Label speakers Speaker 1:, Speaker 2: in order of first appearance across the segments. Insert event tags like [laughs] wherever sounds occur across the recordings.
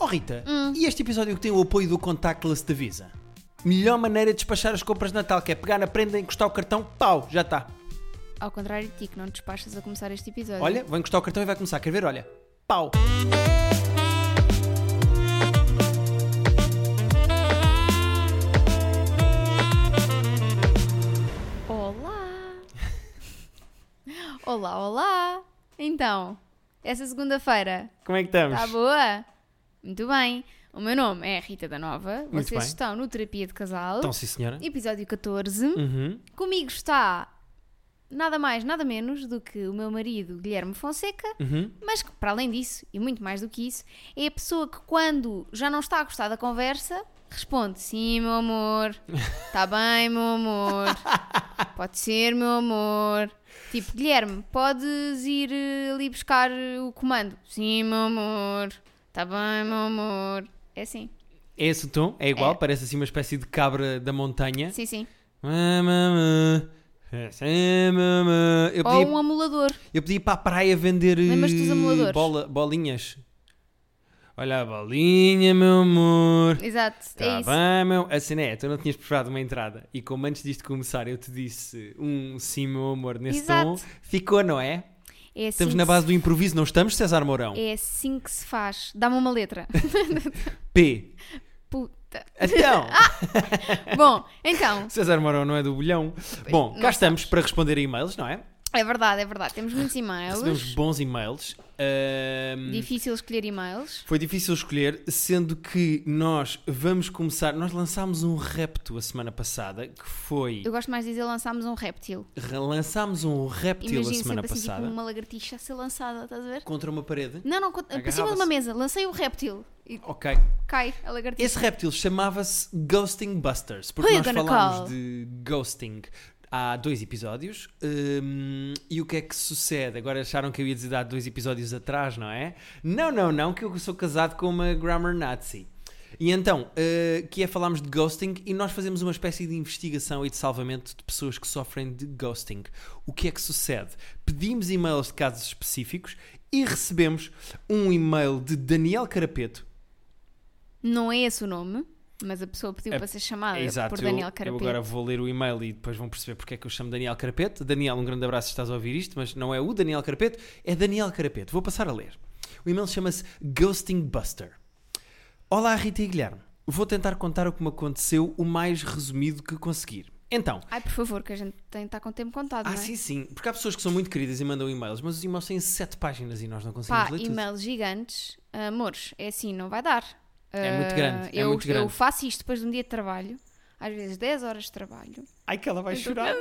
Speaker 1: Oh Rita,
Speaker 2: Hum.
Speaker 1: e este episódio que tem o apoio do Contactless da Visa? Melhor maneira de despachar as compras de Natal, que é pegar na prenda, encostar o cartão, pau, já está.
Speaker 2: Ao contrário de ti, que não te despachas a começar este episódio.
Speaker 1: Olha, vou encostar o cartão e vai começar. Quer ver? Olha. Pau.
Speaker 2: Olá! [laughs] olá, olá! Então, essa segunda-feira
Speaker 1: Como é que estamos?
Speaker 2: está boa? Muito bem. O meu nome é Rita da Nova.
Speaker 1: Muito
Speaker 2: Vocês
Speaker 1: bem.
Speaker 2: estão no Terapia de Casal.
Speaker 1: Então, sim, senhora.
Speaker 2: Episódio 14.
Speaker 1: Uhum.
Speaker 2: Comigo está nada mais, nada menos do que o meu marido Guilherme Fonseca,
Speaker 1: Uhum.
Speaker 2: mas que, para além disso, e muito mais do que isso, é a pessoa que, quando já não está a gostar da conversa, responde: Sim, meu amor,
Speaker 1: [laughs]
Speaker 2: está bem, meu amor, pode ser, meu amor. Tipo, Guilherme, podes ir eh, ali buscar eh, o comando? Sim, meu amor, está bem, meu amor. É assim,
Speaker 1: É esse o tom, é igual, parece assim uma espécie de cabra da montanha.
Speaker 2: sim, sim.
Speaker 1: Ah, mamã. Ah, sim, mamã. Eu
Speaker 2: Ou
Speaker 1: pedi,
Speaker 2: um amulador.
Speaker 1: eu pedi ir para a praia vender eh,
Speaker 2: Lembras-te dos amuladores?
Speaker 1: bola- bolinhas. Olha a bolinha, meu amor.
Speaker 2: Exato, é
Speaker 1: Tá
Speaker 2: isso.
Speaker 1: bem, meu. A cena é, tu não tinhas preparado uma entrada. E como antes disto começar eu te disse um sim, meu amor, nesse tom,
Speaker 2: Exato.
Speaker 1: ficou, não é?
Speaker 2: É assim
Speaker 1: Estamos
Speaker 2: que
Speaker 1: na
Speaker 2: se
Speaker 1: base do improviso, não estamos, César Mourão?
Speaker 2: É assim que se faz. Dá-me
Speaker 1: [laughs]
Speaker 2: uma letra.
Speaker 1: P.
Speaker 2: Puta.
Speaker 1: Então, [laughs]
Speaker 2: Bom, então,
Speaker 1: César Mourão não é do bolhão. Bom,
Speaker 2: não
Speaker 1: cá estamos para responder a e-mails, não é?
Speaker 2: é verdade, é verdade. Temos muitos e-mails.
Speaker 1: Recebemos bons e-mails. Ahm,
Speaker 2: Difícil escolher e-mails.
Speaker 1: foi difícil escolher, sendo que nós vamos começar. Nós lançámos um repto a semana passada, que foi.
Speaker 2: Eu gosto mais de dizer lançámos um réptil.
Speaker 1: Lançámos um reptil a
Speaker 2: Imagina
Speaker 1: semana
Speaker 2: sempre assim,
Speaker 1: passada
Speaker 2: tipo uma lagartixa a ser lançada, estás a ver?
Speaker 1: contra uma parede.
Speaker 2: Não, não, cont- por cima de uma
Speaker 1: Agarrava-se.
Speaker 2: mesa. Lancei o réptil e
Speaker 1: Ok.
Speaker 2: cai a lagartixa.
Speaker 1: Esse reptil chamava-se Ghosting Busters, porque
Speaker 2: Who you
Speaker 1: nós
Speaker 2: gonna
Speaker 1: falámos
Speaker 2: call?
Speaker 1: de ghosting há dois episódios. Hum, e o que é que sucede? Agora acharam que eu ia dizer de há dois episódios atrás, não é? Não, não, não, que eu sou casado com uma grammar nazi. E então, uh, que é falámos de ghosting e nós fazemos uma espécie de investigação e de salvamento de pessoas que sofrem de ghosting. O que é que sucede? Pedimos e-mails de casos específicos e recebemos um e-mail de Daniel Carapeto,
Speaker 2: Não é esse o nome, mas a pessoa pediu
Speaker 1: É-
Speaker 2: para ser chamada
Speaker 1: Exato,
Speaker 2: Ah, por
Speaker 1: eu-
Speaker 2: Daniel
Speaker 1: eu,
Speaker 2: Carapeto.
Speaker 1: agora vou ler o e-mail e depois vão perceber porque é que eu chamo Daniel Carapeto. Daniel, um grande abraço se estás a ouvir isto, mas não é o Daniel Carapeto, é Daniel Carapeto. Vou passar a ler. O e-mail chama-se Ghosting Buster. Olá, Rita e Guilherme. Vou tentar contar o que me aconteceu o mais resumido que conseguir. Então,
Speaker 2: Ai, por favor, que a gente tem está com o tempo contado,
Speaker 1: ah,
Speaker 2: não é?
Speaker 1: sim, sim, porque há pessoas que são muito queridas e mandam e-mails, mas os e-mails têm sete páginas e nós não conseguimos
Speaker 2: Pá,
Speaker 1: ler tudo.
Speaker 2: e-mails gigantes. Amores, é assim, não vai dar.
Speaker 1: É muito
Speaker 2: Ah,
Speaker 1: grande, é
Speaker 2: eu,
Speaker 1: muito
Speaker 2: Eu
Speaker 1: grande.
Speaker 2: faço isto depois de um dia de trabalho, às vezes 10 horas de trabalho.
Speaker 1: Ai, que ela vai chorar.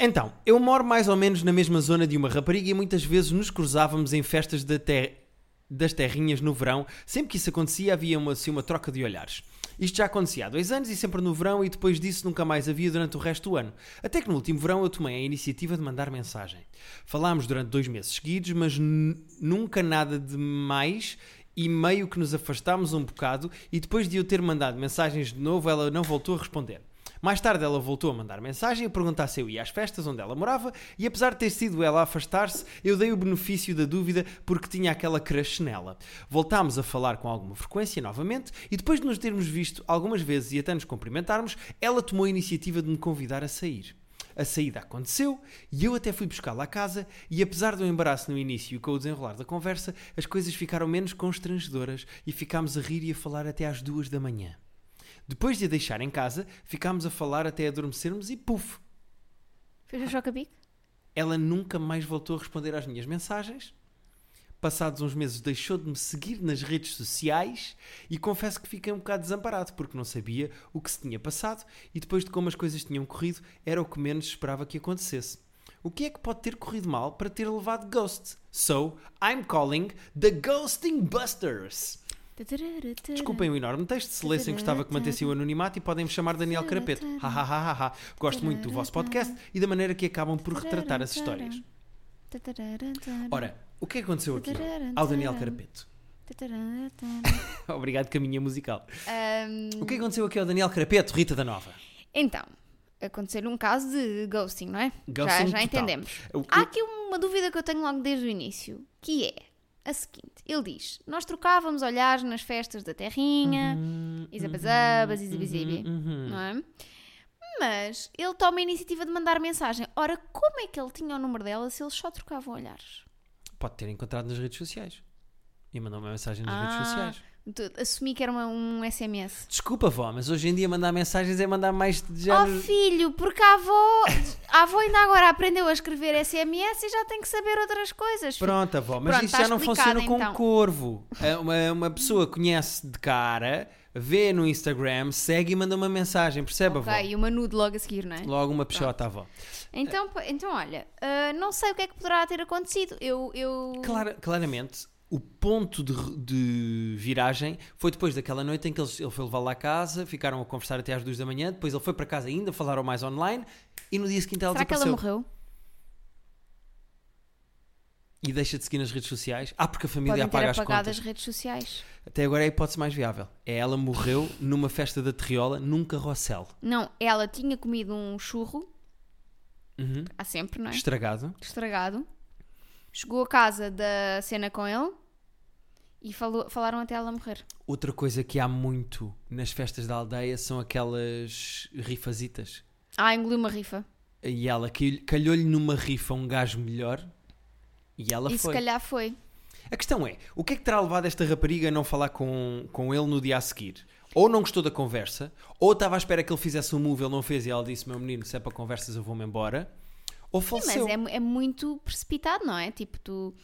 Speaker 1: Então, eu moro mais ou menos na mesma zona de uma rapariga e muitas vezes nos cruzávamos em festas da ter- das terrinhas no verão. Sempre que isso acontecia, havia uma, assim, uma troca de olhares. Isto já acontecia há dois anos e sempre no verão, e depois disso nunca mais havia durante o resto do ano. Até que no último verão eu tomei a iniciativa de mandar mensagem. Falámos durante dois meses seguidos, mas n- nunca nada de mais e meio que nos afastámos um bocado e depois de eu ter mandado mensagens de novo, ela não voltou a responder. Mais tarde ela voltou a mandar mensagem a perguntar se eu ia às festas onde ela morava e apesar de ter sido ela a afastar-se, eu dei o benefício da dúvida porque tinha aquela crush nela. Voltámos a falar com alguma frequência novamente e depois de nos termos visto algumas vezes e até nos cumprimentarmos, ela tomou a iniciativa de me convidar a sair. A saída aconteceu e eu até fui buscá-la à casa e apesar do embaraço no início e com o desenrolar da conversa, as coisas ficaram menos constrangedoras e ficámos a rir e a falar até às duas da manhã. Depois de a deixar em casa, ficámos a falar até adormecermos e puf!
Speaker 2: Fez
Speaker 1: Ah.
Speaker 2: um choca-pique?
Speaker 1: Ela nunca mais voltou a responder às minhas mensagens. Passados uns meses deixou de me seguir nas redes sociais e confesso que fiquei um bocado desamparado porque não sabia o que se tinha passado e depois de como as coisas tinham corrido era o que menos esperava que acontecesse. O que é que pode ter corrido mal para ter levado ghost? So, I'm calling the Ghosting Busters. Desculpem o enorme texto, se lessem gostava que mantessem o anonimato e podem-me chamar Daniel Carapeto. Ha, ha, ha, ha, ha. Gosto muito do vosso podcast e da maneira que acabam por retratar as histórias. Ora, o que é que aconteceu aqui ao Daniel Carapeto? [laughs] Obrigado, caminha musical.
Speaker 2: Ahm,
Speaker 1: O que é que aconteceu aqui ao Daniel Carapeto, Rita da Nova?
Speaker 2: então, aconteceu-lhe um caso de ghosting, não é?
Speaker 1: Ghosting
Speaker 2: já já
Speaker 1: total.
Speaker 2: entendemos. Ah,
Speaker 1: O- o-
Speaker 2: Há aqui uma dúvida que eu tenho logo desde o início, que é a seguinte. Ele diz: Nós trocávamos olhares nas festas da terrinha,
Speaker 1: Uhum.
Speaker 2: isabazabas, exibizibi, não é? Mas ele toma a iniciativa de mandar mensagem. Ora, como é que ele tinha o número dela se eles só trocavam olhares?
Speaker 1: Pode ter encontrado nas redes sociais. E mandou uma mensagem nas
Speaker 2: Ah.
Speaker 1: redes sociais.
Speaker 2: Tu- Assumi que era uma- um SMS.
Speaker 1: Desculpa, vó, mas hoje em dia mandar mensagens é mandar mais de
Speaker 2: Oh
Speaker 1: género.
Speaker 2: filho, porque a avó, a avó ainda agora aprendeu a escrever SMS e já tem que saber outras coisas. filho.
Speaker 1: Pronto, avó, mas
Speaker 2: Pronto,
Speaker 1: isso
Speaker 2: tá
Speaker 1: já não
Speaker 2: explicado,
Speaker 1: funciona com um
Speaker 2: então.
Speaker 1: corvo. É Uma, uma pessoa conhece de cara, vê no Instagram, segue e manda uma mensagem, percebe,
Speaker 2: Ok,
Speaker 1: avó?
Speaker 2: e uma nude logo a seguir, não é?
Speaker 1: é Logo uma peixota, avó.
Speaker 2: Então, p- então olha, ah, não sei o que é que poderá ter acontecido. Eu. eu...
Speaker 1: Clara- claramente, o ponto de, de viragem foi depois daquela noite em que eles- ele foi levar lá a casa, ficaram a conversar até às duas da manhã, depois ele foi para casa ainda, falaram mais online e no dia seguinte ela
Speaker 2: Será que ela
Speaker 1: desapareceu.
Speaker 2: morreu?
Speaker 1: E deixa de seguir nas redes sociais. Ah, porque a família
Speaker 2: Podem ter
Speaker 1: apaga as
Speaker 2: apagado
Speaker 1: contas.
Speaker 2: as redes sociais.
Speaker 1: Até agora é a hipótese mais viável. É ela morreu numa festa da Terriola num carrossel.
Speaker 2: Não, ela tinha comido um churro.
Speaker 1: Uhum.
Speaker 2: Há sempre, não é?
Speaker 1: Estragado.
Speaker 2: Estragado. Chegou a casa da cena com ele e falou, falaram até ela morrer.
Speaker 1: Outra coisa que há muito nas festas da aldeia são aquelas rifazitas.
Speaker 2: Ah, engoliu uma rifa.
Speaker 1: E ela calhou- calhou-lhe numa rifa um gajo melhor e ela
Speaker 2: e
Speaker 1: foi.
Speaker 2: se calhar foi.
Speaker 1: A questão é, o que é que terá levado esta rapariga a não falar com, com ele no dia a seguir? Ou não gostou da conversa, ou estava à espera que ele fizesse um move, ele não fez e ela disse, meu menino, se é para conversas eu vou-me embora. Ou
Speaker 2: Sim, mas
Speaker 1: faleceu.
Speaker 2: é, mu- é muito precipitado, não é? Tipo, tu.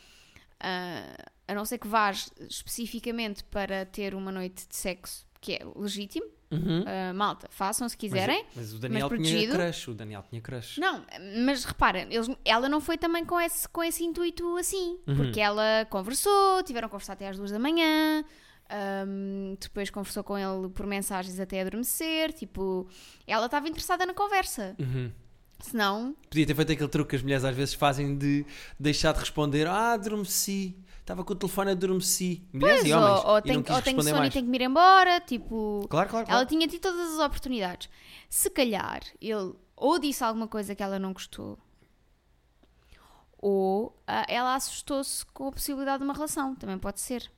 Speaker 2: ah, a não ser que vás especificamente para ter uma noite de sexo, que é legítimo.
Speaker 1: Uhum.
Speaker 2: ah, malta, façam se
Speaker 1: Mas- é-
Speaker 2: quiserem.
Speaker 1: Mas, o Daniel tinha
Speaker 2: protegido.
Speaker 1: crush, o Daniel tinha crush.
Speaker 2: Não, mas repara, eles- ela não foi também com esse, com esse intuito assim,
Speaker 1: Uhum.
Speaker 2: porque ela conversou, tiveram a conversar até às duas da manhã, hum, depois conversou com ele por mensagens até adormecer, tipo, ela estava interessada na conversa.
Speaker 1: Uhum.
Speaker 2: Senão,
Speaker 1: Podia ter feito aquele truque que as mulheres às vezes fazem de deixar de responder, ah, adormeci, estava com o telefone, adormeci. Mulheres
Speaker 2: pois,
Speaker 1: e homens,
Speaker 2: ou, ou,
Speaker 1: e não
Speaker 2: tenho,
Speaker 1: quis
Speaker 2: ou tenho
Speaker 1: responder
Speaker 2: sono
Speaker 1: mais.
Speaker 2: e tenho que me ir embora, tipo,
Speaker 1: Claro, claro, claro.
Speaker 2: ela tinha tido todas as oportunidades. Se calhar ele ou disse alguma coisa que ela não gostou, ou ah, ela assustou-se com a possibilidade de uma relação, também pode ser.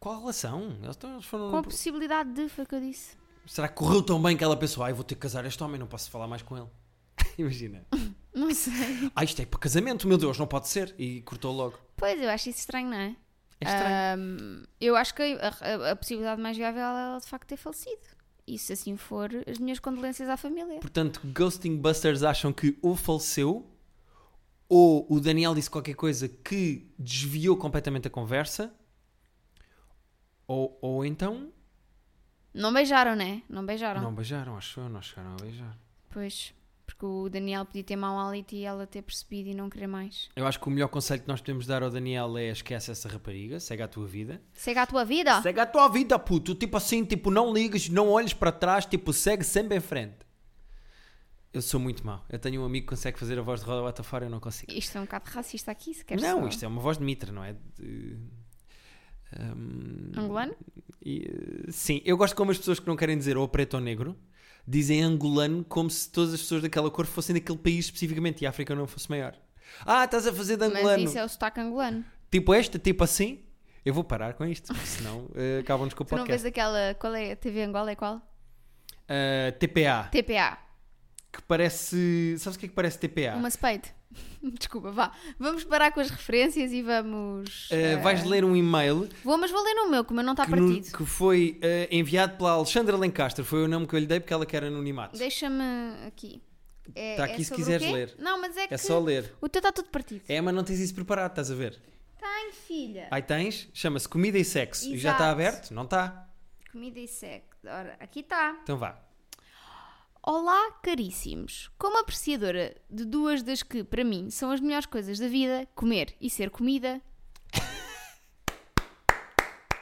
Speaker 1: Qual a relação? Eles tão- eles foram...
Speaker 2: Com a possibilidade de, foi o que eu disse.
Speaker 1: Será que correu tão bem que ela pensou, ai, vou ter que casar este homem, não posso falar mais com ele. [laughs] Imagina.
Speaker 2: Não sei.
Speaker 1: Ah, isto é para casamento, meu Deus, não pode ser. E cortou logo.
Speaker 2: [laughs] Pois, eu acho isso estranho, não é?
Speaker 1: É estranho.
Speaker 2: Ahm, eu acho que a, a- a possibilidade mais viável é ela de facto ter falecido. E se assim for, as minhas condolências à família.
Speaker 1: Portanto, Ghosting Busters acham que ou faleceu, ou o Daniel disse qualquer coisa que desviou completamente a conversa, ou, ou então
Speaker 2: Não beijaram, né? Não beijaram.
Speaker 1: não beijaram, acho eu, não chegaram a beijar.
Speaker 2: Pois, porque o Daniel podia ter mau hálito e ela ter percebido e não querer mais.
Speaker 1: Eu acho que o melhor conselho que nós podemos dar ao Daniel é esquece essa rapariga, segue a tua vida.
Speaker 2: Segue a tua vida!
Speaker 1: Segue a tua vida, puto. Tipo assim, tipo, não ligas, não olhes para trás, tipo, segue sempre em frente. Eu sou muito mau. Eu tenho um amigo que consegue fazer a voz de roda bota fora, eu não consigo.
Speaker 2: Isto é um bocado racista aqui, se queres
Speaker 1: não, isto é uma voz de Mitra, não é? De- Ahm,
Speaker 2: Angolano?
Speaker 1: e, eh, sim, eu gosto como as pessoas que não querem dizer ou preto ou negro dizem angolano como se todas as pessoas daquela cor fossem daquele país especificamente e a África não fosse maior. Ah, estás a fazer de
Speaker 2: Mas
Speaker 1: angolano.
Speaker 2: isso é o sotaque angolano.
Speaker 1: Tipo esta, tipo assim. Eu vou parar com isto, porque
Speaker 2: [laughs]
Speaker 1: senão eh, acabam-nos com o
Speaker 2: Tu não vês
Speaker 1: podcast.
Speaker 2: aquela. Qual é? a TV Angola é qual?
Speaker 1: Ah, TPA.
Speaker 2: TPA.
Speaker 1: que parece. Sabes o que é que parece TPA?
Speaker 2: Uma spade. [laughs] Desculpa, vá. Vamos parar com as referências e vamos.
Speaker 1: Eh,
Speaker 2: eh,
Speaker 1: vais ler um e-mail
Speaker 2: Vou, mas vou ler no meu, que o meu não está
Speaker 1: que, no-
Speaker 2: partido.
Speaker 1: que foi eh, enviado pela Alexandra Lencastre. Foi o nome que eu lhe dei porque ela quer anonimato.
Speaker 2: Deixa-me aqui. É,
Speaker 1: Tá aqui se
Speaker 2: sobre o
Speaker 1: quiseres
Speaker 2: quê?
Speaker 1: ler.
Speaker 2: Não, mas é, que
Speaker 1: É só ler.
Speaker 2: o teu está tudo partido.
Speaker 1: É, Ah. mas não tens isso preparado, estás a ver?
Speaker 2: Tem, filha.
Speaker 1: Aí tens, chama-se Comida e Sexo. E já
Speaker 2: Exato.
Speaker 1: está aberto? Não está?
Speaker 2: Comida e sexo. Ora, aqui tá. está.
Speaker 1: Então vá.
Speaker 2: Olá, caríssimos! Como apreciadora de duas das que, para mim, são as melhores coisas da vida, comer e ser comida. [laughs]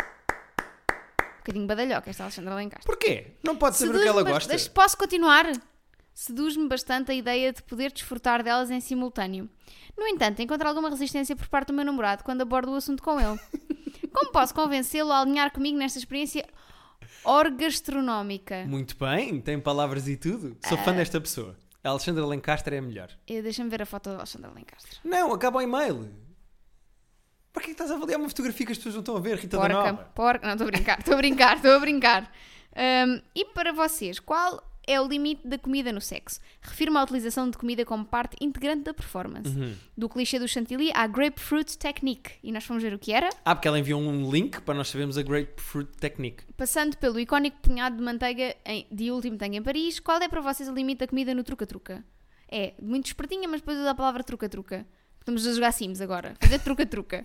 Speaker 2: um bocadinho badalhoca esta Alexandra Lencastre.
Speaker 1: Porquê? Não pode saber o que
Speaker 2: Seduz-me
Speaker 1: ela
Speaker 2: bast-
Speaker 1: gosta.
Speaker 2: Deixa- posso continuar? Seduz-me bastante a ideia de poder desfrutar delas em simultâneo. No entanto, encontro alguma resistência por parte do meu namorado quando abordo o assunto
Speaker 1: [laughs]
Speaker 2: com ele. Como posso convencê-lo a alinhar comigo nesta experiência orgastronómica?
Speaker 1: Muito bem, tem palavras e tudo. Sou
Speaker 2: Ah.
Speaker 1: fã desta pessoa. A Alexandra
Speaker 2: Eh,
Speaker 1: Lencastre é a melhor.
Speaker 2: Eu- Deixa-me ver a foto da Alexandra Lencastre.
Speaker 1: Não, acaba o e-mail. Para que é que estás a avaliar uma fotografia que as pessoas não estão a ver, Rita da
Speaker 2: Porca,
Speaker 1: Nova?
Speaker 2: porca. Não, estou a brincar, estou a brincar, estou a brincar. Hum, e para vocês, qual é o limite da comida no sexo? Refirmo à utilização de comida como parte integrante da performance. Do clichê do chantilly à grapefruit technique. E nós fomos ver o que era,
Speaker 1: Ah, porque ela enviou um link para nós sabermos a Grapefruit Technique.
Speaker 2: passando pelo icónico punhado de manteiga em- de último tango em Paris. Qual é para vocês o limite da comida no truca-truca? É, muito espertinha, mas depois usa a palavra truca-truca. Estamos a jogar Sims agora. Fazer truca-truca.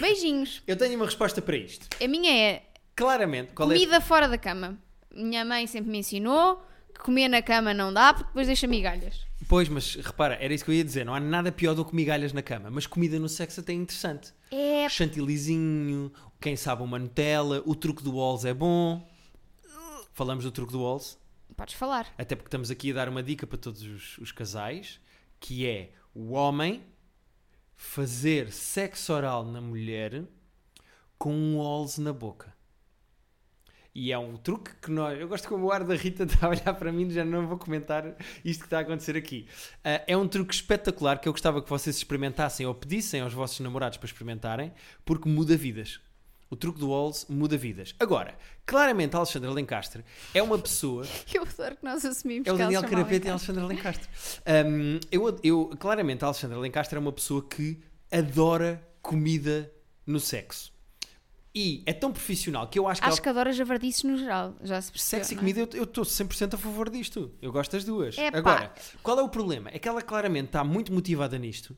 Speaker 2: Beijinhos.
Speaker 1: Eu tenho uma resposta para isto.
Speaker 2: A minha é
Speaker 1: Claramente, qual é...
Speaker 2: Comida fora da cama. Minha mãe sempre me ensinou que comer na cama não dá porque depois deixa migalhas.
Speaker 1: Pois, mas repara, era isso que eu ia dizer. Não há nada pior do que migalhas na cama. Mas comida no sexo até é interessante.
Speaker 2: É.
Speaker 1: Chantilizinho, quem sabe uma Nutella, o truque do Walls é bom. Falamos do truque do Walls.
Speaker 2: Podes falar.
Speaker 1: Até porque estamos aqui a dar uma dica para todos os, os casais, que é o homem fazer sexo oral na mulher com um olze na boca. E é um truque que nós. Eu gosto como o ar da Rita [laughs] está a olhar para mim, já não vou comentar isto que está a acontecer aqui. Ah, é um truque espetacular que eu gostava que vocês experimentassem ou pedissem aos vossos namorados para experimentarem, porque muda vidas. O truque do Walls muda vidas. Agora, claramente, Alexandra Lencastre é uma pessoa
Speaker 2: [laughs] Eu adoro que nós assumimos
Speaker 1: é o
Speaker 2: que elas
Speaker 1: Daniel
Speaker 2: chamavam
Speaker 1: Carapete e a
Speaker 2: em
Speaker 1: Alexandra
Speaker 2: [laughs]
Speaker 1: Lencastre. Um, eu, eu, claramente, a Alexandra Lencastre é uma pessoa que adora comida no sexo. E é tão profissional que eu acho que,
Speaker 2: casa. Acho
Speaker 1: ela-
Speaker 2: que adoro javardices no geral. Já se percebeu.
Speaker 1: sexo e
Speaker 2: não é?
Speaker 1: comida eu- eu estou 100% a favor disto. Eu gosto das duas.
Speaker 2: Epá.
Speaker 1: Agora, qual é o problema? É que ela claramente está muito motivada nisto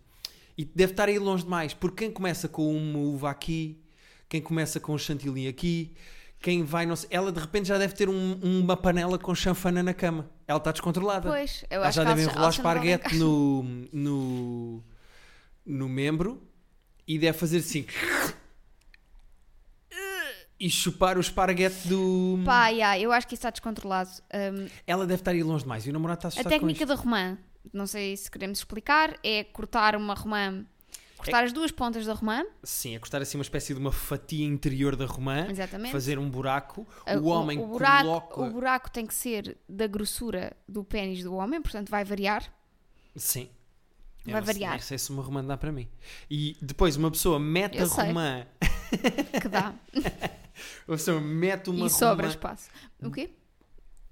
Speaker 1: e deve estar aí longe demais. Porque quem começa com uma uva aqui, quem começa com um chantilly aqui, quem vai... Não sei, ela de repente já deve ter um- uma panela com chanfana na cama. Ela está descontrolada.
Speaker 2: Pois, eu
Speaker 1: Ela
Speaker 2: acho
Speaker 1: Ah, já
Speaker 2: que
Speaker 1: devem
Speaker 2: Alexandra-
Speaker 1: rolar
Speaker 2: Alexandra
Speaker 1: esparguete
Speaker 2: Lencastre-
Speaker 1: no,
Speaker 2: [laughs]
Speaker 1: no, no membro e deve fazer assim. E chupar o esparguete do.
Speaker 2: Pá, yeah, eu acho que isso está descontrolado. Um,
Speaker 1: Ela deve estar aí longe demais e o namorado está
Speaker 2: a
Speaker 1: assustado com
Speaker 2: técnica
Speaker 1: isto.
Speaker 2: da romã, não sei se queremos explicar, é cortar uma romã, cortar
Speaker 1: É.
Speaker 2: as duas pontas da romã,
Speaker 1: Sim, é cortar assim uma espécie de uma fatia interior da romã,
Speaker 2: Exatamente.
Speaker 1: fazer um buraco.
Speaker 2: Uh,
Speaker 1: o homem
Speaker 2: buraco,
Speaker 1: coloca.
Speaker 2: o buraco tem que ser da grossura do pênis do homem, portanto vai variar.
Speaker 1: Sim. Eu
Speaker 2: Vai
Speaker 1: não sei-
Speaker 2: variar.
Speaker 1: Não sei se uma romã dá para mim. E depois uma pessoa mete
Speaker 2: Eu
Speaker 1: a
Speaker 2: sei.
Speaker 1: romã. [laughs]
Speaker 2: que dá
Speaker 1: Uma pessoa mete [laughs] uma
Speaker 2: e sobra
Speaker 1: romã.
Speaker 2: espaço. O quê?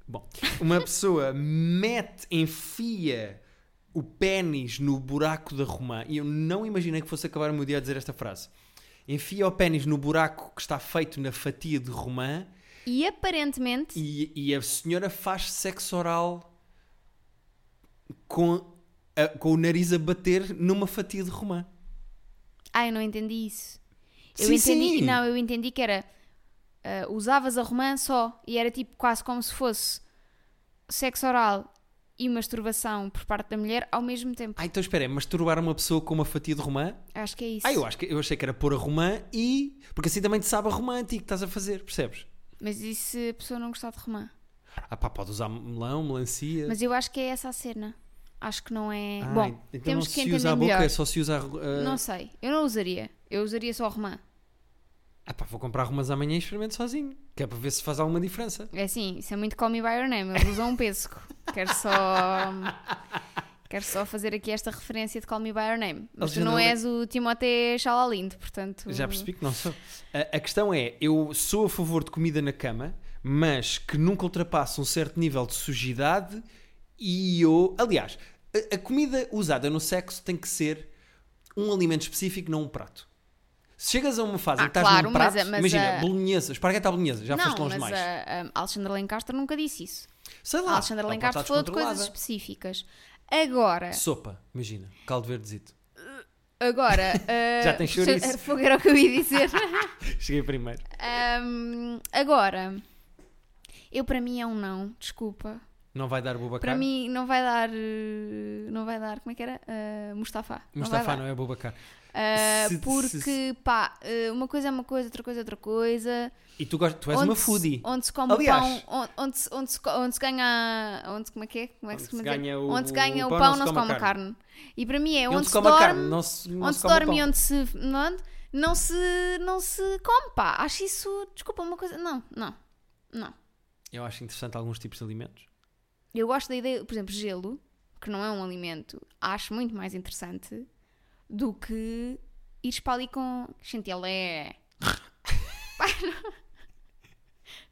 Speaker 1: Bom, uma pessoa mete, enfia o pênis no buraco da romã, e eu não imaginei que fosse acabar o meu dia a dizer esta frase. Enfia o pênis no buraco que está feito na fatia de romã
Speaker 2: E aparentemente,
Speaker 1: e, e a senhora faz sexo oral com, a- com o nariz a bater numa fatia de romã.
Speaker 2: ah, eu não entendi isso. Eu
Speaker 1: Sim,
Speaker 2: entendi,
Speaker 1: sim.
Speaker 2: não, eu entendi que era ah, usavas a romã só e era tipo quase como se fosse sexo oral e masturbação por parte da mulher ao mesmo tempo.
Speaker 1: Ah, então espera, é masturbar uma pessoa com uma fatia de romã?
Speaker 2: Acho que é isso.
Speaker 1: Ah, eu, acho que, eu achei que era pôr a romã e... Porque assim também te sabe a romã antiga que estás a fazer, percebes?
Speaker 2: Mas e se a pessoa não gostar de romã?
Speaker 1: Ah pá, pode usar melão, melancia...
Speaker 2: Mas eu acho que é essa a cena. Acho que não é.
Speaker 1: Ah,
Speaker 2: Bom,
Speaker 1: então
Speaker 2: temos
Speaker 1: não
Speaker 2: que
Speaker 1: se
Speaker 2: entender
Speaker 1: usa a boca,
Speaker 2: melhor.
Speaker 1: é só se usa a... ro- a-
Speaker 2: Não sei, eu não usaria. Eu usaria só romã.
Speaker 1: Ah pá, vou comprar umas amanhã e experimento sozinho. Que é para ver se faz alguma diferença.
Speaker 2: É assim, isso é muito Call Me By Your Name, eles usam um pesco. Quero só... Quero só fazer aqui esta referência de Call Me By Your Name. Mas tu não
Speaker 1: Alexandra-
Speaker 2: és o Timothée Chalalindo, portanto...
Speaker 1: Já percebi que não sou. A, a questão é, eu sou a favor de comida na cama, mas que nunca ultrapasse um certo nível de sujidade e eu... Aliás, a, a comida usada no sexo tem que ser um alimento específico, não um prato. Se chegas a uma fase
Speaker 2: Ah,
Speaker 1: em que estás
Speaker 2: claro,
Speaker 1: num
Speaker 2: mas
Speaker 1: prato,
Speaker 2: a- mas
Speaker 1: imagina,
Speaker 2: a-
Speaker 1: bolonhesa, esparguete à bolonhesa, já
Speaker 2: não,
Speaker 1: foste longe
Speaker 2: mas
Speaker 1: mais.
Speaker 2: a, a Alexandra Lencastre nunca disse isso.
Speaker 1: Sei lá,
Speaker 2: a Alexandra
Speaker 1: ela pode
Speaker 2: Lencastre
Speaker 1: estar
Speaker 2: falou de coisas
Speaker 1: descontrolada.
Speaker 2: específicas. Agora,
Speaker 1: Sopa, imagina, caldo verdezito. [laughs]
Speaker 2: agora... ah,
Speaker 1: Já tem chouriço.
Speaker 2: Fogo [laughs] era o que eu ia dizer.
Speaker 1: Cheguei primeiro.
Speaker 2: Ahm, agora, eu para mim é um não, desculpa.
Speaker 1: Não vai dar Bubacar?
Speaker 2: Para mim não vai dar. eh, Não vai dar. Como é que era? Ah, Mustafa.
Speaker 1: Mustafa
Speaker 2: vai dar.
Speaker 1: não é Bubacar.
Speaker 2: Ah,
Speaker 1: Se- se-
Speaker 2: porque,
Speaker 1: se-
Speaker 2: pá, eh, uma coisa é uma coisa, outra coisa é outra coisa.
Speaker 1: E tu, gostas, tu és
Speaker 2: Onde
Speaker 1: uma
Speaker 2: se-
Speaker 1: foodie.
Speaker 2: Onde se come
Speaker 1: Aliás.
Speaker 2: o pão, onde, onde, se- onde, se, co- onde se ganha. Onde, como é que é? Como é
Speaker 1: Onde
Speaker 2: que se
Speaker 1: se
Speaker 2: costuma dizer?
Speaker 1: ganha o-
Speaker 2: onde se ganha o pão, não se come a carne. E para mim é
Speaker 1: E
Speaker 2: onde, se
Speaker 1: come a
Speaker 2: dorme,
Speaker 1: carne, não se, não
Speaker 2: onde
Speaker 1: se
Speaker 2: se
Speaker 1: come o
Speaker 2: dorme e
Speaker 1: pão.
Speaker 2: onde se. Onde, não se. Não se come, pá. Acho isso. Desculpa, uma coisa. Não, não. Não.
Speaker 1: Eu acho interessante alguns tipos de alimentos.
Speaker 2: Eu gosto da ideia, por exemplo, gelo, que não é um alimento, acho muito mais interessante do que ires para ali com
Speaker 1: [laughs]
Speaker 2: chantilé. Pá,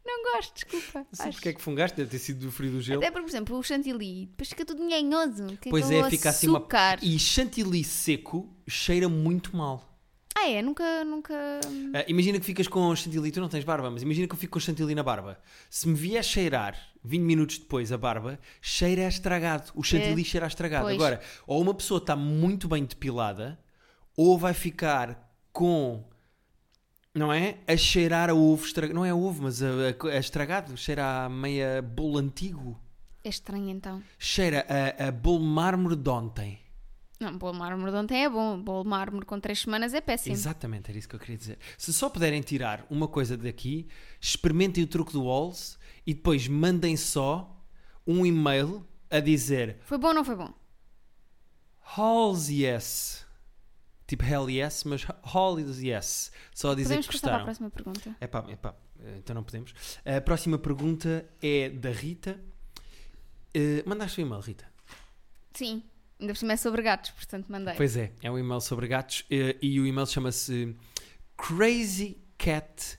Speaker 2: não... não gosto, desculpa.
Speaker 1: Não sei
Speaker 2: Acho-
Speaker 1: porque é que fungaste, deve ter sido do frio do gelo.
Speaker 2: Até porque, por exemplo, o chantilly, depois fica tudo enganhoso. que
Speaker 1: Pois
Speaker 2: aquele
Speaker 1: é, fica assim uma.
Speaker 2: então açúcar.
Speaker 1: E chantilly seco cheira muito mal.
Speaker 2: Ah, é? Nunca, nunca.
Speaker 1: Ah, imagina que ficas com chantilly, tu não tens barba, mas imagina que eu fico com chantilly na barba. Se me vier cheirar 20 minutos depois a barba, cheira a estragado. O chantilly cheira a estragado.
Speaker 2: pois.
Speaker 1: Agora, ou uma pessoa está muito bem depilada, ou vai ficar com. Não é? A cheirar a ovo estragado. Não é a ovo, mas a, a- a estragado. Cheira a meia bolo antigo.
Speaker 2: É estranho então.
Speaker 1: Cheira a, a bolo mármore de ontem.
Speaker 2: Não, bolo mármore de ontem é bom. Bolo mármore com três semanas é péssimo.
Speaker 1: Exatamente, era isso que eu queria dizer. Se só puderem tirar uma coisa daqui, experimentem o truque do Walls e depois mandem só um e-mail a dizer
Speaker 2: Foi bom ou não foi bom?
Speaker 1: Halls yes. Tipo hell yes, mas Halls yes. Só a dizer
Speaker 2: Podemos
Speaker 1: que
Speaker 2: passar para a
Speaker 1: é gostaram.
Speaker 2: próxima pergunta.
Speaker 1: Epá, epá, então não podemos. A próxima pergunta é da Rita. Eh, mandaste o e-mail, Rita?
Speaker 2: Sim. Ainda por cima é sobre gatos, portanto mandei.
Speaker 1: Pois é, é um e-mail sobre gatos eh, e o e-mail chama-se Crazy Cat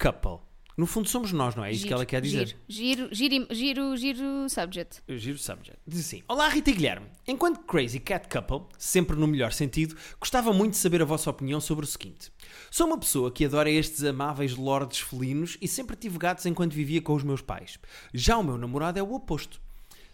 Speaker 1: Couple. No fundo somos nós, não é? É isso que ela quer dizer.
Speaker 2: Giro, giro, giro, giro, giro subject.
Speaker 1: Eu Giro subject. Diz assim: Olá, Rita e Guilherme. Enquanto Crazy Cat Couple, sempre no melhor sentido, gostava muito de saber a vossa opinião sobre o seguinte. Sou uma pessoa que adora estes amáveis lordes felinos e sempre tive gatos enquanto vivia com os meus pais. Já o meu namorado é o oposto.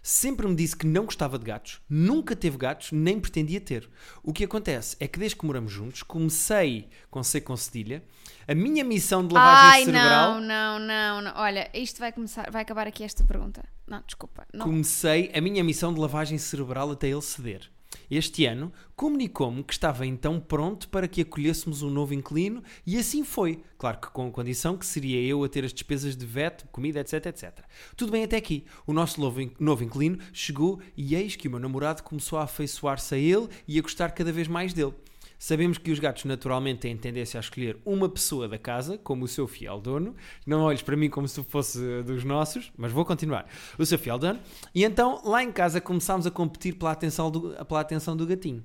Speaker 1: Sempre me disse que não gostava de gatos, nunca teve gatos, nem pretendia ter. O que acontece é que desde que moramos juntos, comecei com C com cedilha, a minha missão de lavagem
Speaker 2: Ai,
Speaker 1: cerebral.
Speaker 2: não, não, não, não. Olha, isto vai começar, vai acabar aqui esta pergunta. Não, desculpa. Não.
Speaker 1: Comecei a minha missão de lavagem cerebral até ele ceder. Este ano, comunicou-me que estava então pronto para que acolhêssemos um novo inquilino e assim foi. Claro que com a condição que seria eu a ter as despesas de vet, comida, etc, etc. Tudo bem até aqui. O nosso novo, in- novo inquilino chegou e eis que o meu namorado começou a afeiçoar-se a ele e a gostar cada vez mais dele. Sabemos que os gatos naturalmente têm tendência a escolher uma pessoa da casa como o seu fiel dono. Não olhes para mim como se fosse eh, dos nossos, mas vou continuar. O seu fiel dono. E então, lá em casa, começámos a competir pela atenção do, pela atenção do gatinho.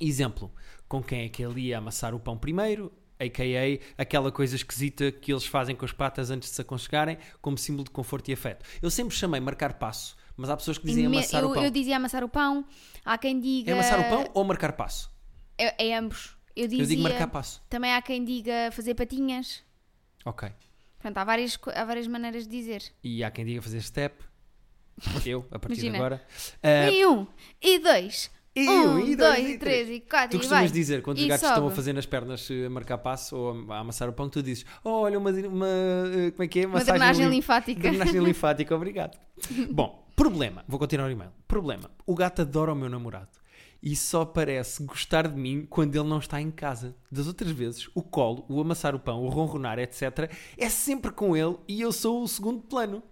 Speaker 1: Exemplo, com quem é que ele ia amassar o pão primeiro, a.k.a. aquela coisa esquisita que eles fazem com as patas antes de se aconchegarem, como símbolo de conforto e afeto. Eu sempre chamei marcar passo, mas há pessoas que dizem
Speaker 2: Ime-
Speaker 1: amassar
Speaker 2: eu,
Speaker 1: o pão.
Speaker 2: eu dizia amassar o pão. Há quem diga.
Speaker 1: É amassar o pão ou marcar passo?
Speaker 2: É, é ambos. Eu
Speaker 1: Eu
Speaker 2: dizia.
Speaker 1: digo marcar passo.
Speaker 2: Também há quem diga fazer patinhas.
Speaker 1: Ok.
Speaker 2: Pronto, há várias, co- há várias maneiras de dizer.
Speaker 1: E há quem diga fazer
Speaker 2: [laughs]
Speaker 1: step. Eu, a partir
Speaker 2: Imagina.
Speaker 1: de agora. Ah,
Speaker 2: E um, e dois.
Speaker 1: E
Speaker 2: um,
Speaker 1: um, e dois,
Speaker 2: dois,
Speaker 1: e
Speaker 2: e três, e quatro,
Speaker 1: tu
Speaker 2: e
Speaker 1: costumas
Speaker 2: vai.
Speaker 1: dizer, quando os
Speaker 2: E
Speaker 1: gatos
Speaker 2: sobe.
Speaker 1: estão a fazer nas pernas eh, a marcar passo ou a amassar o pão, tu dizes: Oh, olha, uma, uma, eh, como é que é?
Speaker 2: Uma
Speaker 1: Massagem
Speaker 2: drenagem
Speaker 1: lim-
Speaker 2: linfática. [laughs]
Speaker 1: Drenagem linfática, obrigado. Bom, problema. Vou continuar o e-mail. Problema. O gato adora o meu namorado. E só parece gostar de mim quando ele não está em casa. Das outras vezes, o colo, o amassar o pão, o ronronar, etc., é sempre com ele e eu sou o segundo plano.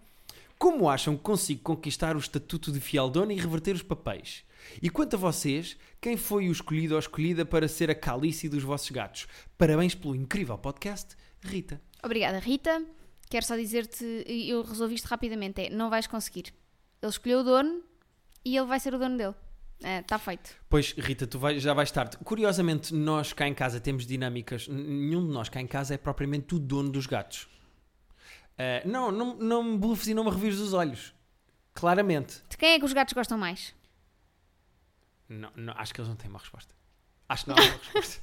Speaker 1: Como acham que consigo conquistar o estatuto de fiel dono e reverter os papéis? E quanto a vocês, quem foi o escolhido ou escolhida para ser a calice dos vossos gatos? Parabéns pelo incrível podcast, Rita.
Speaker 2: Obrigada, Rita. Quero só dizer-te, e eu resolvi isto rapidamente: é, não vais conseguir. Ele escolheu o dono e ele vai ser o dono dele. Está feito.
Speaker 1: Pois, Rita, tu vai- já vais tarde. Curiosamente, nós cá em casa temos dinâmicas. N- Nenhum de nós cá em casa é propriamente o dono dos gatos. Ah, não, não, não me bufes e não me revires os olhos. Claramente.
Speaker 2: De quem é que os gatos gostam
Speaker 1: [laughs]
Speaker 2: mais?
Speaker 1: Não, não, acho que eles não têm uma resposta. Acho que não há uma [laughs] resposta.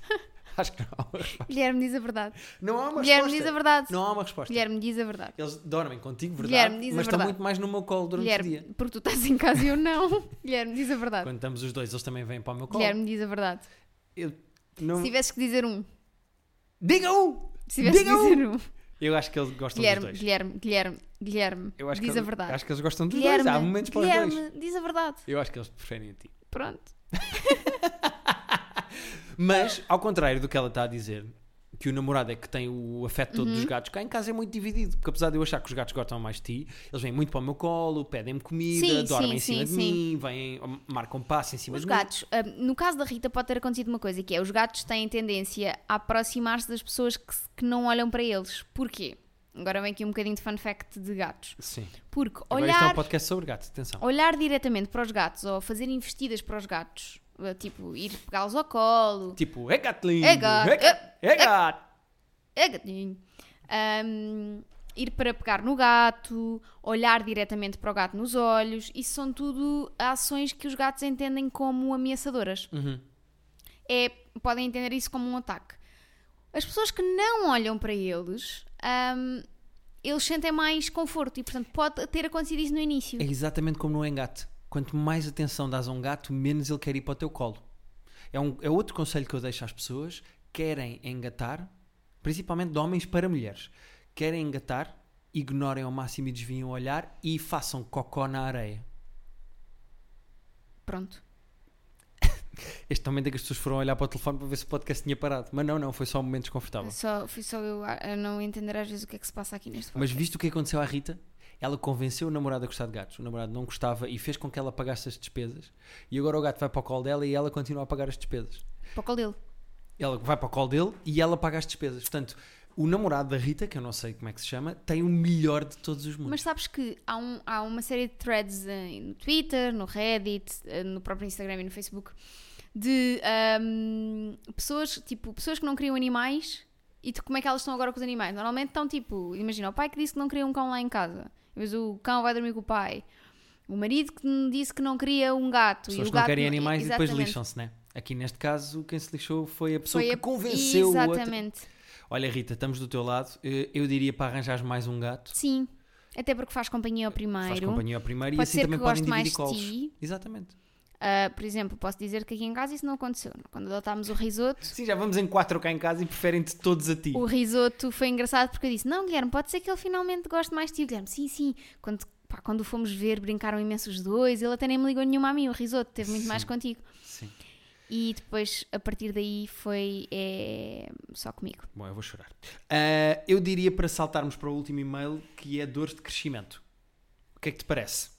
Speaker 1: acho que não há uma resposta.
Speaker 2: Guilherme diz a verdade.
Speaker 1: Não há uma
Speaker 2: Guilherme
Speaker 1: resposta.
Speaker 2: diz a verdade.
Speaker 1: Não há uma resposta.
Speaker 2: Guilherme diz a verdade.
Speaker 1: Eles dormem contigo, verdade?
Speaker 2: Guilherme, diz a
Speaker 1: mas estão
Speaker 2: verdade.
Speaker 1: muito mais no meu colo durante o dia.
Speaker 2: Guilherme, porque tu estás em casa e
Speaker 1: [laughs]
Speaker 2: eu não. Guilherme diz a verdade.
Speaker 1: Quando estamos os dois, eles também vêm para o meu colo.
Speaker 2: Guilherme diz a verdade.
Speaker 1: Eu não-
Speaker 2: Se tivesses que dizer um,
Speaker 1: Diga um!
Speaker 2: se tivesses que
Speaker 1: Diga um!
Speaker 2: dizer um.
Speaker 1: Eu acho que eles gostam
Speaker 2: Guilherme,
Speaker 1: dos dois.
Speaker 2: Guilherme, Guilherme, Guilherme,
Speaker 1: Eu acho
Speaker 2: diz
Speaker 1: que,
Speaker 2: a verdade.
Speaker 1: Acho que eles gostam dos
Speaker 2: Guilherme,
Speaker 1: dois. Há momentos para os dois.
Speaker 2: Guilherme, diz a verdade.
Speaker 1: Eu acho que eles preferem a ti.
Speaker 2: Pronto.
Speaker 1: Mas, ao contrário do que ela está a dizer, que o namorado é que tem o afeto todo
Speaker 2: Uhum.
Speaker 1: dos gatos, cá em casa é muito dividido. Porque apesar de eu achar que os gatos gostam mais de ti, eles vêm muito para o meu colo, pedem-me comida,
Speaker 2: Sim,
Speaker 1: dormem
Speaker 2: sim,
Speaker 1: em cima
Speaker 2: sim,
Speaker 1: de
Speaker 2: sim.
Speaker 1: mim, vêm, marcam passo em cima
Speaker 2: Os
Speaker 1: de mim.
Speaker 2: gatos, ah, no caso da Rita, pode ter acontecido uma coisa que é: os gatos têm tendência a aproximar-se das pessoas que, se- que não olham para eles. Porquê? Agora vem aqui um bocadinho de fun fact de gatos.
Speaker 1: Sim.
Speaker 2: Porque
Speaker 1: Agora isto é
Speaker 2: olhar,
Speaker 1: um podcast sobre gatos, atenção.
Speaker 2: olhar diretamente para os gatos ou fazer investidas para os gatos eh, tipo, ir pegá-los ao colo.
Speaker 1: Tipo, é gatinho.
Speaker 2: É gato,
Speaker 1: É gato. É gato.
Speaker 2: É gatinho. Ahm, ir para pegar no gato, olhar diretamente para o gato nos olhos, isso são tudo ações que os gatos entendem como ameaçadoras.
Speaker 1: Uhum.
Speaker 2: É, podem entender isso como um ataque. As pessoas que não olham para eles, ahm, eles sentem mais conforto e, portanto, pode ter acontecido isso no início.
Speaker 1: É exatamente como no engate. Quanto mais atenção dás a um gato, menos ele quer ir para o teu colo. É, um- é outro conselho que eu deixo às pessoas. Querem engatar, principalmente de homens para mulheres. Querem engatar, ignorem ao máximo e desviem o olhar e façam cocó na areia.
Speaker 2: Pronto.
Speaker 1: Este momento é que as pessoas foram olhar para o telefone para ver se o podcast tinha parado. Mas não, não, foi só um momento desconfortável.
Speaker 2: Só, fui só eu a, a não entender às vezes o que é que se passa aqui neste
Speaker 1: Mas
Speaker 2: podcast.
Speaker 1: visto o que aconteceu à Rita, ela convenceu o namorado a gostar de gatos. O namorado não gostava e fez com que ela pagasse as despesas. E agora o gato vai para o colo dela e ela continua a pagar as despesas.
Speaker 2: Para o colo dele.
Speaker 1: Ela vai para o colo dele e ela paga as despesas. Portanto, o namorado da Rita, que eu não sei como é que se chama, tem o melhor de todos os mundos.
Speaker 2: Mas sabes que há, um- há uma série de threads eh, no Twitter, no Reddit, eh, no próprio Instagram e no Facebook de ahm, pessoas, tipo, pessoas que não criam animais e de como é que elas estão agora com os animais. Normalmente estão tipo, imagina, o pai que disse que não queria um cão lá em casa, mas o cão vai dormir com o pai. O marido que n- disse que não queria um gato. e
Speaker 1: Pessoas
Speaker 2: o
Speaker 1: que não
Speaker 2: gato
Speaker 1: querem animais e depois
Speaker 2: Exatamente.
Speaker 1: lixam-se, né? Aqui neste caso, quem se lixou foi a pessoa
Speaker 2: Foi
Speaker 1: que
Speaker 2: a-
Speaker 1: convenceu o outro.
Speaker 2: Exatamente.
Speaker 1: Olha, Rita, estamos do teu lado. Eh, Eu diria para arranjares mais um gato.
Speaker 2: Sim. Até porque faz companhia ao primeiro.
Speaker 1: Faz companhia ao primeiro e
Speaker 2: Pode
Speaker 1: assim
Speaker 2: ser
Speaker 1: também
Speaker 2: que
Speaker 1: podem
Speaker 2: goste mais
Speaker 1: dividir colos.
Speaker 2: de ti.
Speaker 1: Exatamente.
Speaker 2: Ah, por exemplo, posso dizer que aqui em casa isso não aconteceu. Quando adotámos o risoto,
Speaker 1: Sim, já vamos em quatro cá em casa e preferem-te todos a ti.
Speaker 2: o risoto foi engraçado porque eu disse: Não, Guilherme, pode ser que ele finalmente goste mais de ti. O Guilherme, sim, sim. Quando, pá, quando o fomos ver, brincaram imenso os dois. Ele até nem me ligou nenhuma a mim. O risoto teve muito mais contigo.
Speaker 1: Sim.
Speaker 2: E depois, a partir daí, foi é, só comigo.
Speaker 1: Bom, eu vou chorar. Ah, eu diria para saltarmos para o último e-mail que é dores de crescimento. O que é que te parece?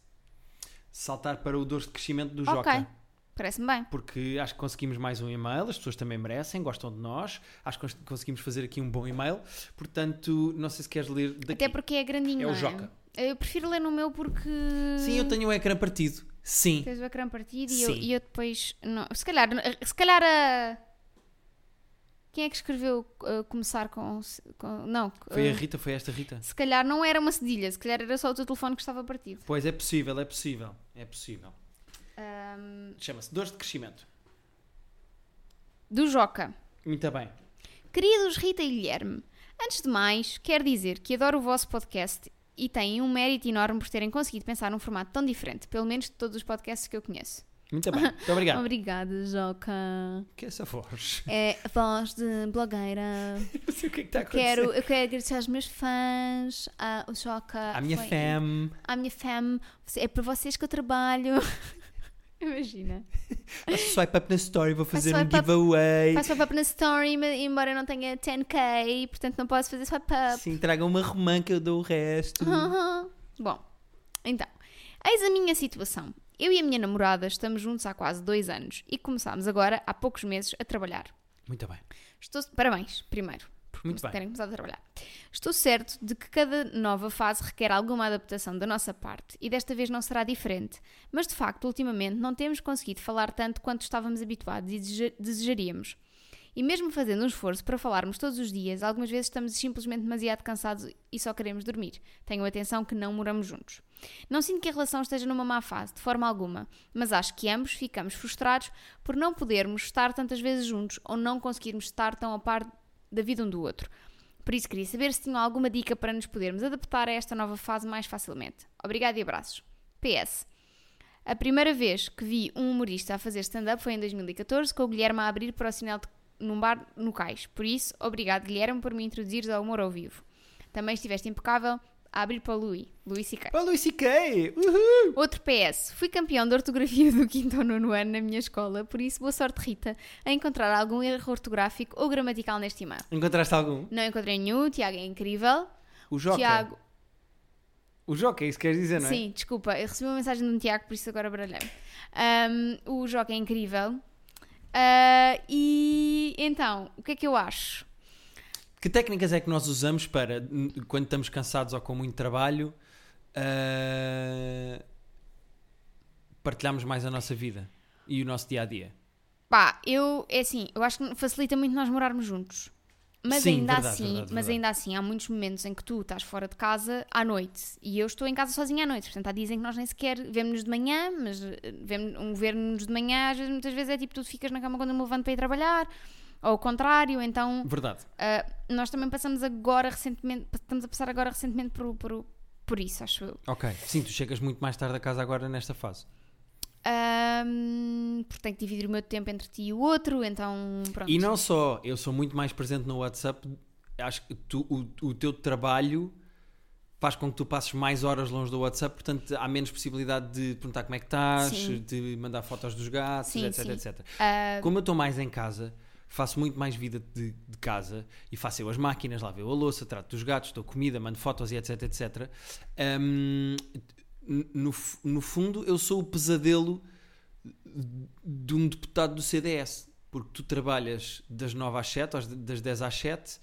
Speaker 1: Saltar para o dores de crescimento do
Speaker 2: Ok,
Speaker 1: Joca.
Speaker 2: parece-me bem.
Speaker 1: Porque acho que conseguimos mais um e-mail, as pessoas também merecem, gostam de nós. Acho que cons- conseguimos fazer aqui um bom e-mail. Portanto, não sei se queres ler daqui.
Speaker 2: Até porque é grandinho.
Speaker 1: É o
Speaker 2: não
Speaker 1: Joca.
Speaker 2: Eu prefiro ler no meu porque.
Speaker 1: Sim, eu tenho o ecrã partido. Sim.
Speaker 2: Tens o ecrã partido e eu,
Speaker 1: Sim.
Speaker 2: e eu depois. Não, se calhar, se calhar a. Quem é que escreveu uh, começar com, com- Não,
Speaker 1: Foi a
Speaker 2: uh,
Speaker 1: Rita, foi esta Rita.
Speaker 2: se calhar não era uma cedilha, se calhar era só o teu telefone que estava partido.
Speaker 1: Pois é possível, é possível. É possível.
Speaker 2: Ahm,
Speaker 1: Chama-se dores de crescimento.
Speaker 2: do Joca.
Speaker 1: Muito bem.
Speaker 2: Queridos Rita e Guilherme, antes de mais, quero dizer que adoro o vosso podcast e têm um mérito enorme por terem conseguido pensar num formato tão diferente, pelo menos de todos os podcasts que eu conheço.
Speaker 1: Muito
Speaker 2: [laughs]
Speaker 1: bem. Muito obrigado.
Speaker 2: Obrigada, [laughs] Joca.
Speaker 1: que é essa voz? [laughs]
Speaker 2: É a voz de blogueira. [laughs]
Speaker 1: Não sei o que é que está a acontecer.
Speaker 2: Quero, eu quero agradecer aos meus fãs, a- o Joca.
Speaker 1: A minha
Speaker 2: foi-
Speaker 1: fam.
Speaker 2: À minha fam. Você- É para vocês que eu trabalho. Imagina.
Speaker 1: Swipe up na story, vou fazer um
Speaker 2: swipe up.
Speaker 1: giveaway.
Speaker 2: Faço swipe up na story, ma- embora eu não tenha 10k, portanto não posso fazer swipe up.
Speaker 1: Sim, traga uma romã que eu dou o resto.
Speaker 2: Aham. [laughs] Bom, então, eis a minha situação. Eu e a minha namorada estamos juntos há quase dois anos e começámos agora, há poucos meses, a trabalhar.
Speaker 1: Muito bem.
Speaker 2: Estou... Parabéns, primeiro. Porque
Speaker 1: Muito bem.
Speaker 2: terem começado a trabalhar. Estou certo de que cada nova fase requer alguma adaptação da nossa parte e desta vez não será diferente. Mas de facto, ultimamente, não temos conseguido falar tanto quanto estávamos habituados e deseja- desejaríamos. E mesmo fazendo um esforço para falarmos todos os dias, algumas vezes estamos simplesmente demasiado cansados e só queremos dormir. Tenho atenção que não moramos juntos. Não sinto que a relação esteja numa má fase, de forma alguma, mas acho que ambos ficamos frustrados por não podermos estar tantas vezes juntos ou não conseguirmos estar tão a par da vida um do outro. Por isso queria saber se tinham alguma dica para nos podermos adaptar a esta nova fase mais facilmente. Obrigada e abraços. PS. A primeira vez que vi um humorista a fazer stand-up foi em 2014, com o Guilherme a abrir para o sinal de, num bar no Cais. Por isso, obrigado Guilherme por me introduzires ao humor ao vivo. Também estiveste impecável a abrir para o Louis, Louis C.K.
Speaker 1: Olha o Luís C.K. Uhul.
Speaker 2: Outro PS. Fui campeão de ortografia do quinto ao nono ano na minha escola, por isso boa sorte, Rita, a encontrar algum erro ortográfico ou gramatical neste e-mail.
Speaker 1: Encontraste algum?
Speaker 2: Não encontrei nenhum, o Tiago é incrível.
Speaker 1: O Joca.
Speaker 2: Tiago,
Speaker 1: O Joca, é isso que queres dizer, não é?
Speaker 2: sim, desculpa, eu recebi uma mensagem de um Tiago, por isso agora baralhei. o Joca é incrível. Ah, e então, o que é que eu acho?
Speaker 1: Que técnicas é que nós usamos para, n- quando estamos cansados ou com muito trabalho, ah, partilharmos mais a nossa vida e o nosso dia a dia?
Speaker 2: Pá, eu, é assim, eu acho que facilita muito nós morarmos juntos. Mas
Speaker 1: Sim,
Speaker 2: ainda
Speaker 1: verdade,
Speaker 2: assim,
Speaker 1: verdade,
Speaker 2: mas
Speaker 1: verdade.
Speaker 2: ainda assim, há muitos momentos em que tu estás fora de casa à noite e eu estou em casa sozinha à noite. Portanto, há dias em que nós nem sequer vemos-nos de manhã, mas eh, vemo- um ver-nos de manhã, às vezes, muitas vezes é tipo, tu ficas na cama quando eu me levanto para ir trabalhar, ou o contrário, então
Speaker 1: Verdade.
Speaker 2: ah, nós também passamos agora recentemente, estamos a passar agora recentemente por, por, por isso, acho eu.
Speaker 1: Ok. Sim, tu chegas muito mais tarde a casa agora nesta fase.
Speaker 2: Ahm, porque tenho que dividir o meu tempo entre ti e o outro, então pronto.
Speaker 1: E não só, eu sou muito mais presente no WhatsApp. Acho que tu- o, o teu trabalho faz com que tu passes mais horas longe do WhatsApp, portanto há menos possibilidade de perguntar como é que estás,
Speaker 2: Sim.
Speaker 1: de mandar fotos dos gatos,
Speaker 2: Sim,
Speaker 1: etc,
Speaker 2: sim.
Speaker 1: etc.
Speaker 2: Ah,
Speaker 1: Como eu estou mais em casa, faço muito mais vida de, de casa e faço eu as máquinas, lavo eu a louça, trato dos gatos, dou comida, mando fotos e etc, etc. Hum, no, fu- no fundo, eu sou o pesadelo de um deputado do CDS, porque tu trabalhas das 9 às 7, às de- das 10 às 7,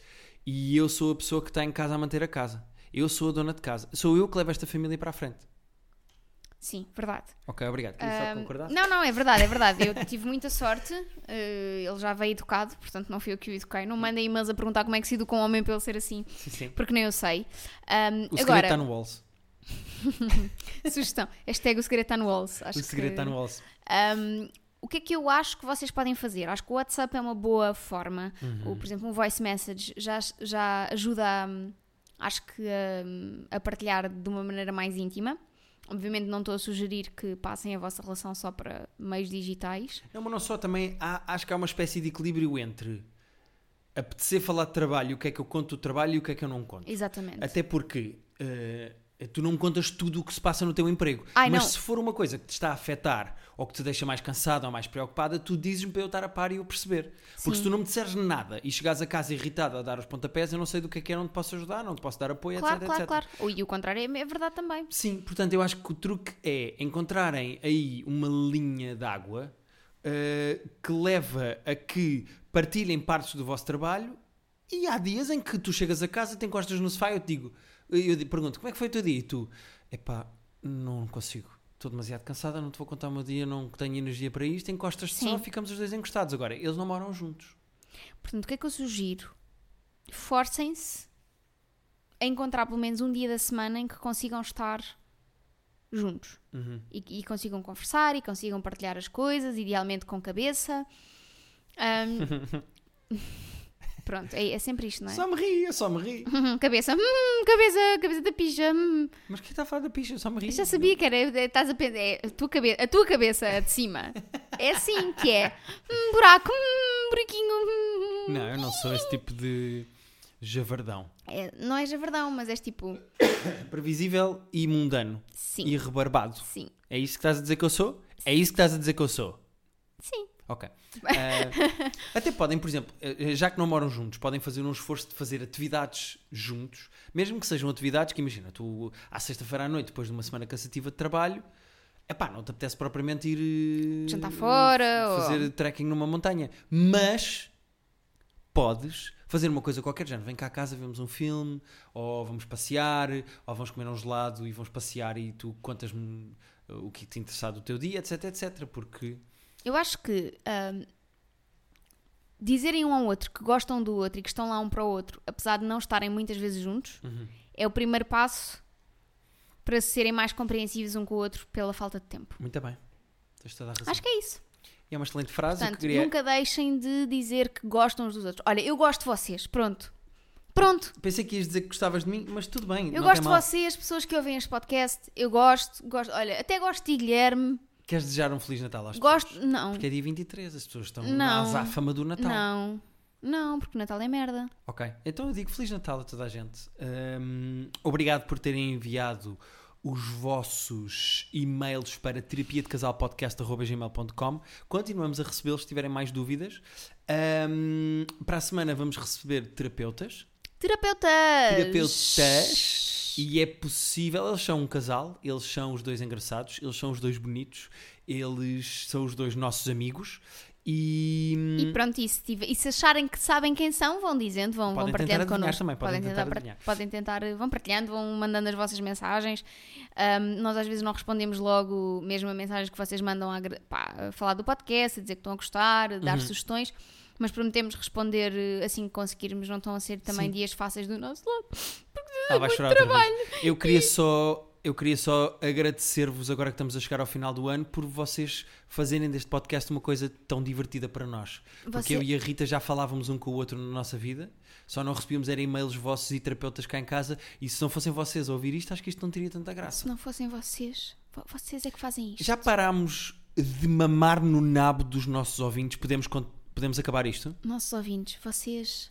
Speaker 1: e eu sou a pessoa que está em casa a manter a casa. Eu sou a dona de casa. Sou eu que levo esta família para a frente.
Speaker 2: sim, verdade.
Speaker 1: Ok, obrigado. Queria só
Speaker 2: Ahm,
Speaker 1: concordar.
Speaker 2: não, não, é verdade, é verdade. Eu tive muita sorte. eh, ele já veio educado, portanto não fui eu que o eduquei. Não mandem e-mails a perguntar como é que se educa um homem para ele ser assim,
Speaker 1: Sim, sim.
Speaker 2: porque nem eu sei. Ahm,
Speaker 1: O segredo tá
Speaker 2: agora,
Speaker 1: está no Walls.
Speaker 2: sugestão. Hashtag o segredo está no Walls.
Speaker 1: O segredo está no Walls.
Speaker 2: Um, o que é que eu acho que vocês podem fazer? Acho que o WhatsApp é uma boa forma. Ou, por exemplo, um voice message já, já ajuda, a, hum, acho que, um, a, partilhar de uma maneira mais íntima. Obviamente, não estou a sugerir que passem a vossa relação só para meios digitais.
Speaker 1: Não, mas não só, também há- acho que há uma espécie de equilíbrio entre apetecer falar de trabalho, o que é que eu conto do trabalho e o que é que eu não conto.
Speaker 2: Exatamente.
Speaker 1: Até porque eh, tu não me contas tudo o que se passa no teu emprego.
Speaker 2: Ai,
Speaker 1: mas
Speaker 2: não.
Speaker 1: se for uma coisa que te está a afetar ou que te deixa mais cansada ou mais preocupada, tu dizes-me para eu estar a par e eu perceber. Porque
Speaker 2: Sim.
Speaker 1: se tu não me disseres nada e chegares a casa irritada a dar os pontapés, eu não sei do que é que é, não te posso ajudar, não te posso dar apoio,
Speaker 2: claro,
Speaker 1: etc,
Speaker 2: claro,
Speaker 1: etc.
Speaker 2: claro. Ou, e o contrário é é verdade também.
Speaker 1: Sim, portanto, eu acho que o truque é encontrarem aí uma linha d'água uh, que leva a que partilhem partes do vosso trabalho e há dias em que tu chegas a casa, te encostas no sofá e eu te digo, eu te pergunto, como é que foi o teu dia? E tu, epá, não consigo. Estou demasiado cansada, não te vou contar o meu dia, não tenho energia para isto. Encostas-te só,
Speaker 2: Sim.
Speaker 1: ficamos os dois encostados. Agora, eles não moram juntos.
Speaker 2: Portanto, o que é que eu sugiro? Forcem-se a encontrar pelo menos um dia da semana em que consigam estar juntos. E, e consigam conversar e consigam partilhar as coisas, idealmente com cabeça. Ahm, Pronto, é, é sempre isto, não é?
Speaker 1: Só me ri, eu só me ri.
Speaker 2: [laughs] Cabeça, hum, cabeça, cabeça da pija, hum.
Speaker 1: Mas quem está a falar da picha? Eu só me ri.
Speaker 2: Eu já sabia que era, é, estás a pensar, é, a, tua cabe, a tua cabeça de cima. É assim que é. Hum, buraco, hum, buraquinho, hum.
Speaker 1: Não, eu não sou esse tipo de javardão.
Speaker 2: É, não és a verdade, mas és tipo,
Speaker 1: Previsível e mundano.
Speaker 2: sim.
Speaker 1: E rebarbado.
Speaker 2: Sim,
Speaker 1: É isso que estás a dizer que eu sou? É isso que estás a dizer que eu sou?
Speaker 2: sim. [laughs]
Speaker 1: Ok. Ah, até podem, por exemplo, eh, já que não moram juntos, podem fazer um esforço de fazer atividades juntos, mesmo que sejam atividades que, imagina, tu à sexta-feira à noite, depois de uma semana cansativa de trabalho, epá, não te apetece propriamente ir eh,
Speaker 2: Jantar fora,
Speaker 1: f- fazer
Speaker 2: ou-
Speaker 1: trekking numa montanha, mas podes fazer uma coisa qualquer género. Vem cá a casa, vemos um filme, ou vamos passear, ou vamos comer um gelado e vamos passear e tu contas-me eh, o que te interessar do teu dia, etc, etc, porque...
Speaker 2: Eu acho que ahm, dizerem um ao outro que gostam do outro e que estão lá um para o outro, apesar de não estarem muitas vezes juntos,
Speaker 1: Uhum.
Speaker 2: é o primeiro passo para serem mais compreensivos um com o outro pela falta de tempo.
Speaker 1: Muito bem. Tens toda a razão.
Speaker 2: Acho que é isso.
Speaker 1: E é uma excelente frase
Speaker 2: Portanto,
Speaker 1: que queria...
Speaker 2: nunca deixem de dizer que gostam uns dos outros. Olha, eu gosto de vocês, pronto. Pronto,
Speaker 1: Pensei que ias dizer que gostavas de mim, mas tudo bem.
Speaker 2: eu
Speaker 1: não
Speaker 2: gosto
Speaker 1: tem
Speaker 2: de
Speaker 1: mal.
Speaker 2: vocês, pessoas que ouvem este podcast, eu gosto, gosto. Olha, até gosto de ti, Guilherme,
Speaker 1: Queres desejar um Feliz Natal às
Speaker 2: gosto.
Speaker 1: pessoas?
Speaker 2: Não,
Speaker 1: Porque é dia 23, as pessoas estão na
Speaker 2: Não.
Speaker 1: azáfama do Natal.
Speaker 2: não, não, porque o Natal é merda.
Speaker 1: Ok, então eu digo Feliz Natal a toda a gente. Hum, obrigado por terem enviado os vossos e-mails para terapia de casal Continuamos a recebê-los se tiverem mais dúvidas. Hum, para a semana vamos receber terapeutas.
Speaker 2: Terapeutas! Ah,
Speaker 1: terapeutas e é possível, eles são um casal, eles são os dois engraçados, eles são os dois bonitos, eles são os dois nossos amigos E. hum,
Speaker 2: E pronto, e se, tiver- e se acharem que sabem quem são, vão dizendo, vão, vão
Speaker 1: Podem tentar
Speaker 2: partilhando
Speaker 1: adivinhar
Speaker 2: connosco.
Speaker 1: também, podem tentar
Speaker 2: par-
Speaker 1: adivinhar.
Speaker 2: podem tentar, vão partilhando, vão mandando as vossas mensagens. Ahm, nós às vezes não respondemos logo mesmo a mensagens que vocês mandam a, agra- pá, a falar do podcast, a dizer que estão a gostar, a
Speaker 1: Uhum.
Speaker 2: dar sugestões, mas prometemos responder eh, assim que conseguirmos, não estão a ser também
Speaker 1: Sim.
Speaker 2: dias fáceis do nosso lado.
Speaker 1: Ela vai chorar outra vez. Eu queria só, eu queria só agradecer-vos agora que estamos a chegar ao final do ano por vocês fazerem deste podcast uma coisa tão divertida para nós. Porque
Speaker 2: Você-
Speaker 1: eu e a Rita já falávamos um com o outro na nossa vida, só não recebíamos era e-mails vossos e terapeutas cá em casa, e se não fossem vocês a ouvir isto, acho que isto não teria tanta
Speaker 2: Se
Speaker 1: graça.
Speaker 2: não fossem vocês, vo- vocês é que fazem isto.
Speaker 1: Já parámos de mamar no nabo dos nossos ouvintes? Podemos, con- podemos acabar isto?
Speaker 2: Nossos ouvintes, vocês.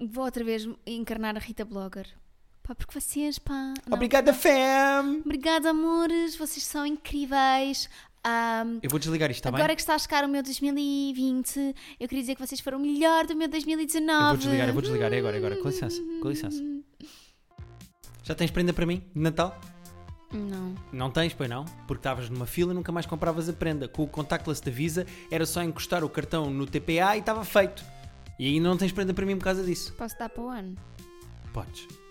Speaker 2: Vou outra vez encarnar a Rita Blogger. Pá, porque vocês, pá. não.
Speaker 1: Obrigada, fam!
Speaker 2: Obrigada, amores. Vocês são incríveis. Ahm,
Speaker 1: Eu vou desligar isto, está
Speaker 2: agora
Speaker 1: Tá bem?
Speaker 2: que está a chegar o meu 2020, eu queria dizer que vocês foram o melhor do meu 2019.
Speaker 1: Eu vou desligar, eu vou desligar, é agora, é agora. Com licença, com licença. Já tens prenda para mim, de Natal?
Speaker 2: Não.
Speaker 1: Não tens, pois não? Porque estavas numa fila e nunca mais compravas a prenda. Com o contactless da Visa era só encostar o cartão no TPA e estava feito. E ainda não tens prenda para mim por causa disso.
Speaker 2: Posso dar para o ano?
Speaker 1: Podes.